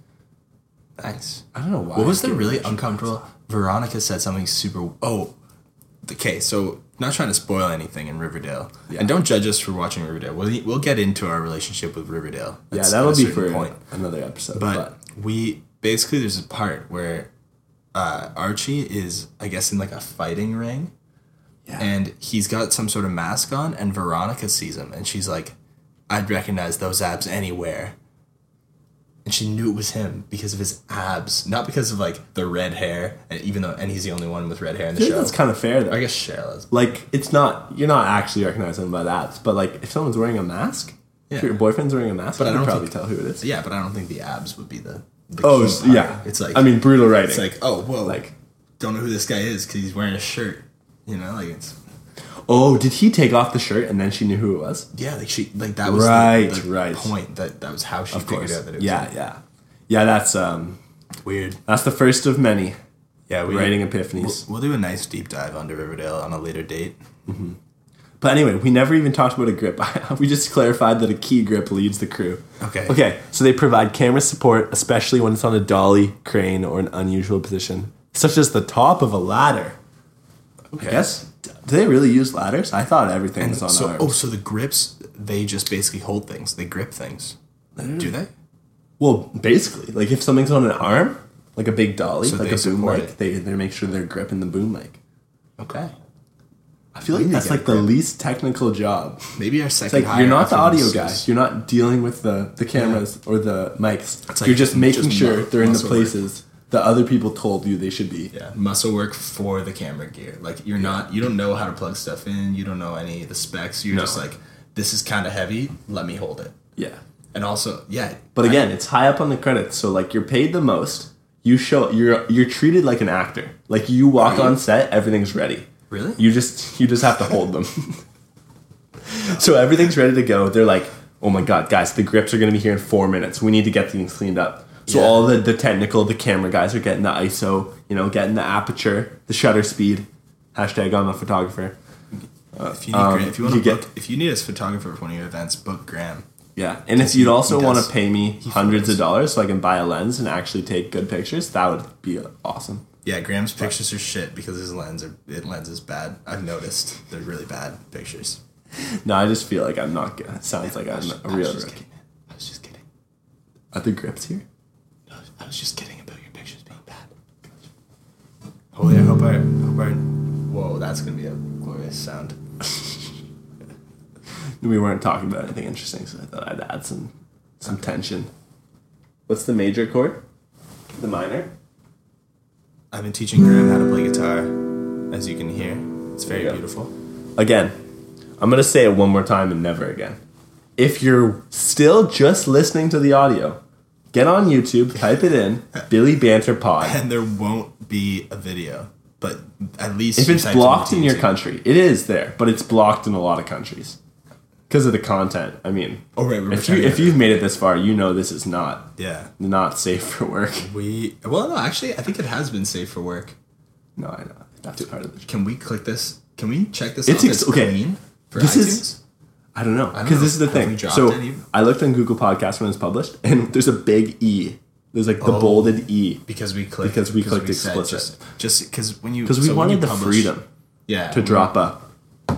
nice. I don't know why. What was the really uncomfortable? Veronica said something super. Oh, okay. So not trying to spoil anything in Riverdale, and don't judge us for watching Riverdale. We'll we'll get into our relationship with Riverdale. Yeah, at- that'll at a be certain for another episode. But But, we basically there's a part where uh, Archie is I guess in like a fighting ring, yeah, and he's got some sort of mask on, and Veronica sees him, and she's like, "I'd recognize those abs anywhere." And she knew it was him because of his abs, not because of like the red hair. And even though, and he's the only one with red hair in I the think show. that's kind of fair though. I guess Cheryl is. like it's not you're not actually recognizing them by the abs, but like if someone's wearing a mask, if Yeah. your boyfriend's wearing a mask, But but I I can don't probably think- tell who it is. Yeah, but I don't think the abs would be the. the Oh key s- part. yeah, it's like I mean brutal writing. it's like oh whoa, like don't know who this guy is because he's wearing a shirt. You know, like it's oh, did he take off the shirt and then she knew who it was? yeah, like she like that was the- Right, the, right. point that that was how she Of figured course. out that it was Yeah, yeah, yeah. That's um, weird. that's the first of many Yeah, we writing epiphanies. We'll, we'll do a nice deep dive onto Riverdale on a later date. but anyway, we never even talked about a grip. we just clarified that a key grip leads the crew. Okay. Okay, so they provide camera support, especially when it's on a dolly, crane, or an unusual position, such as the top of a ladder. Okay. I guess. Do they really use ladders? I thought everything And was on so, arms. oh, so the grips they just basically hold things. They grip things. Mm. Do they? Well, basically, like if something's on an arm, like a big dolly, So like they a boom support mic, it. they, they make sure they're gripping the boom mic. Okay. I feel like need to that's get a like the least technical job. Maybe our second. Like hire you're not after the audio this guy. is- You're not dealing with the, the cameras or the mics. It's like you're just making just sure mu- they're in the muscle work. places that other people told you they should be. yeah, muscle work for the camera gear. Like you're not. You don't know how to plug stuff in. You don't know any of the specs. You're No. just like, this is kind of heavy. Let me hold it. Yeah. And also, yeah. But I- again, it's high up on the credits, so like you're paid the most. You show you're you're treated like an actor. Like you walk on set, everything's ready. Really? You just you just have to hold them. so everything's ready to go. They're like, oh my god, guys, the grips are gonna be here in four minutes. We need to get things cleaned up. So Yeah. all the, the technical, the camera guys are getting the ISO, you know, getting the aperture, the shutter speed. Hashtag I'm a photographer. If you need, Graham, if you want um, you to get- book, if you need us photographer for one of your events, book Graham. Yeah, and if you'd also he want does- to pay me hundreds photos. of dollars so I can buy a lens and actually take good pictures, that would be awesome. Yeah, Graham's pictures are shit because his lens are it lens is bad. I've noticed they're really bad pictures. No, I just feel like I'm not good. It sounds like I'm a I was real just rookie. kidding. I was just kidding. Are the grips here? I was- I was just kidding about your pictures being bad. Holy, I hope I hope I. Whoa, that's gonna be a glorious sound. We weren't talking about anything interesting, so I thought I'd add some some tension. What's the major chord? The minor? I've been teaching Graham how to play guitar, as you can hear. It's very Yeah. beautiful. Again, I'm going to say it one more time and never again. If you're still just listening to the audio, get on YouTube, type it in, Billy Banter Pod. And there won't be a video, but at least if you it's typed in the blocked in your teaching. country, it is there, but it's blocked in a lot of countries because of the content. I mean, Oh, right, we were if you talking if about you've made it this far, you know this is not Yeah. not safe for work. We well no actually I think it has been safe for work. No, I know that's part of the. Can we click this? Can we check this? It's off ex- as okay. clean for This iTunes? is- I don't know don't because this is know. the Have we thing. dropped So any? I looked on Google Podcasts when it was published, and there's a big E. There's like the Oh. bolded E because we clicked Because we clicked said explicit. Just because when you because we so when you wanted the publish- freedom yeah to drop a. yeah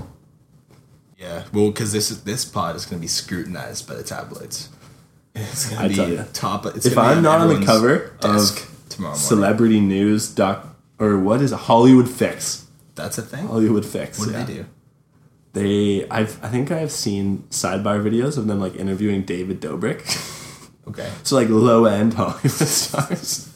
Yeah. Well, because this is, this pod is going to be scrutinized by the tabloids. It's I going to tell be ya. top. It's If gonna be I'm not on the everyone's cover desk of tomorrow morning. Celebrity news doc or what is a Hollywood fix? That's a thing. What Hollywood fix. do Oh, yeah. they do? They I've I think I've seen sidebar videos of them like interviewing David Dobrik. Okay. so like low end Hollywood stars.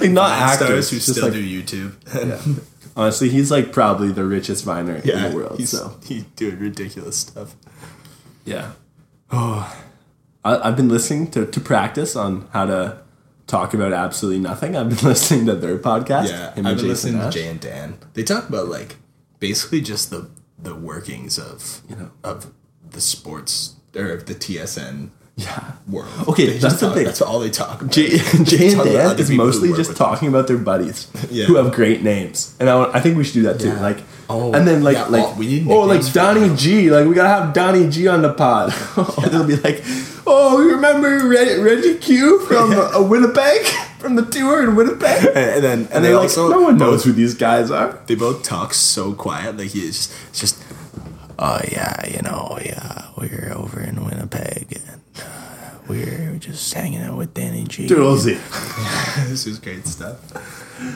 like not actors Stars who just still like, do YouTube. Honestly, he's like probably the richest viner yeah. in the world. He's, So he's doing ridiculous stuff. yeah. Oh, I, I've been listening to to practice on how to talk about absolutely nothing. I've been listening to their podcast. Yeah, I've him and been Jason listening Nash. to Jay and Dan. They talk about like basically just the the workings of You know. of the sports or of the TSN Yeah. world. Okay, They that's just the talk- thing. That's all they talk about. Jay, Jay and Talk about Dan other is people who mostly work just with talking about their buddies Yeah. who have great names, and I, want- I think we should do that too. Yeah. Like, Oh, and then like yeah, like well, we need oh like nicknames for Donnie them. G, like we gotta have Donnie G on the pod. Or They'll be like, oh, you remember Reg- Reggie Q from uh, Winnipeg from the tour in Winnipeg, and, And then and, they're they like, also no one knows both- who these guys are. they both talk so quiet. Like he is just, just oh yeah, you know, yeah, we're over in Winnipeg and uh, we're just hanging out with Danny G. Doolsy. this is great stuff.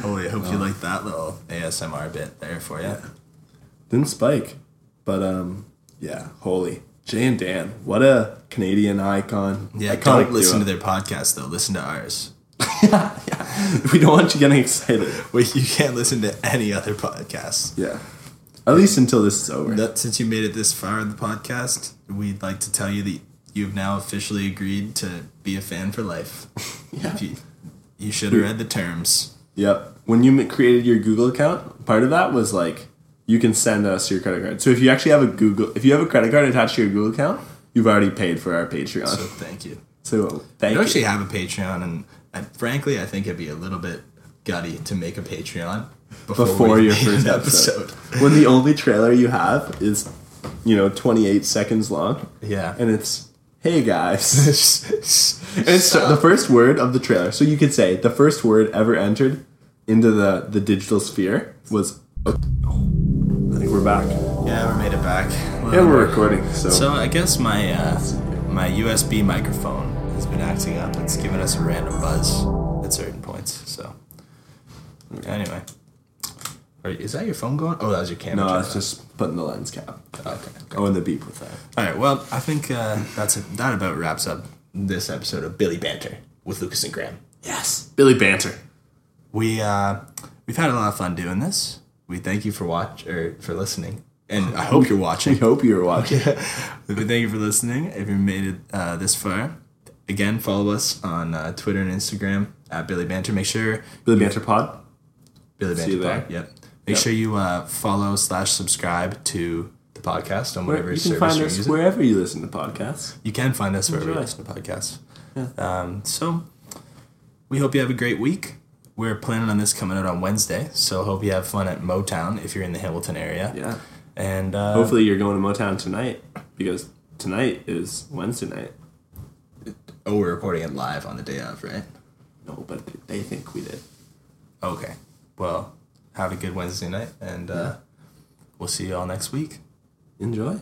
Oh, I hope you like that little ASMR bit there for you. Didn't spike, but um, yeah, holy Jay and Dan, what a Canadian icon. Yeah, Iconic don't listen to duo. their podcast though. Listen to ours. We don't want you getting excited. Wait, you can't listen to any other podcast. Yeah. At least until this is over. That since you made it this far in the podcast, we'd like to tell you that you've now officially agreed to be a fan for life. Yeah. If you, you should have read the terms. Yep. When you m- created your Google account, part of that was like you can send us your credit card. So if you actually have a Google, if you have a credit card attached to your Google account, you've already paid for our Patreon. So So, thank you. thank I you. actually have a Patreon, and I, frankly, I think it'd be a little bit gutty to make a Patreon before, Before we've your made first an episode. when the only trailer you have is, you know, 28 seconds long, Yeah, and it's hey guys. it's, And it's the first word of the trailer. So you could say the first word ever entered into the the digital sphere was. Oh, I think we're back. yeah, we made it back. And we're recording, so, So I guess my uh, my USB microphone has been acting up. It's giving us a random buzz at certain points. So anyway, All right, is that your phone going? Oh, that was your camera. no, I turn was on. just putting the lens cap. okay. Oh, and the beep with that. All right. Well, I think uh, that's a, that about wraps up this episode of Billy Banter with Lucas and Graham. Yes, Billy Banter. We uh, we've had a lot of fun doing this. We thank you for watch or for listening, and I hope you're watching. We hope you were watching. But thank you for listening. If you made it uh, this far, again, follow us on uh, Twitter and Instagram at Billy Banter. Make sure Billy Banter Pod. Billy Banter. See you Pod, there. Yep. Make Yep. sure you uh, follow slash subscribe to the podcast on whatever you can service find you're us using. wherever you listen to podcasts. You can find us wherever Enjoy. you listen to podcasts. Um, so we hope you have a great week. We're planning on this coming out on Wednesday, so hope you have fun at Motown if you're in the Hamilton area. Yeah. And uh, Hopefully, you're going to Motown tonight because tonight is Wednesday night. oh, we're recording it live on the day of, right? No, but they think we did. Okay. Well, have a good Wednesday night, and uh, we'll see you all next week. Enjoy.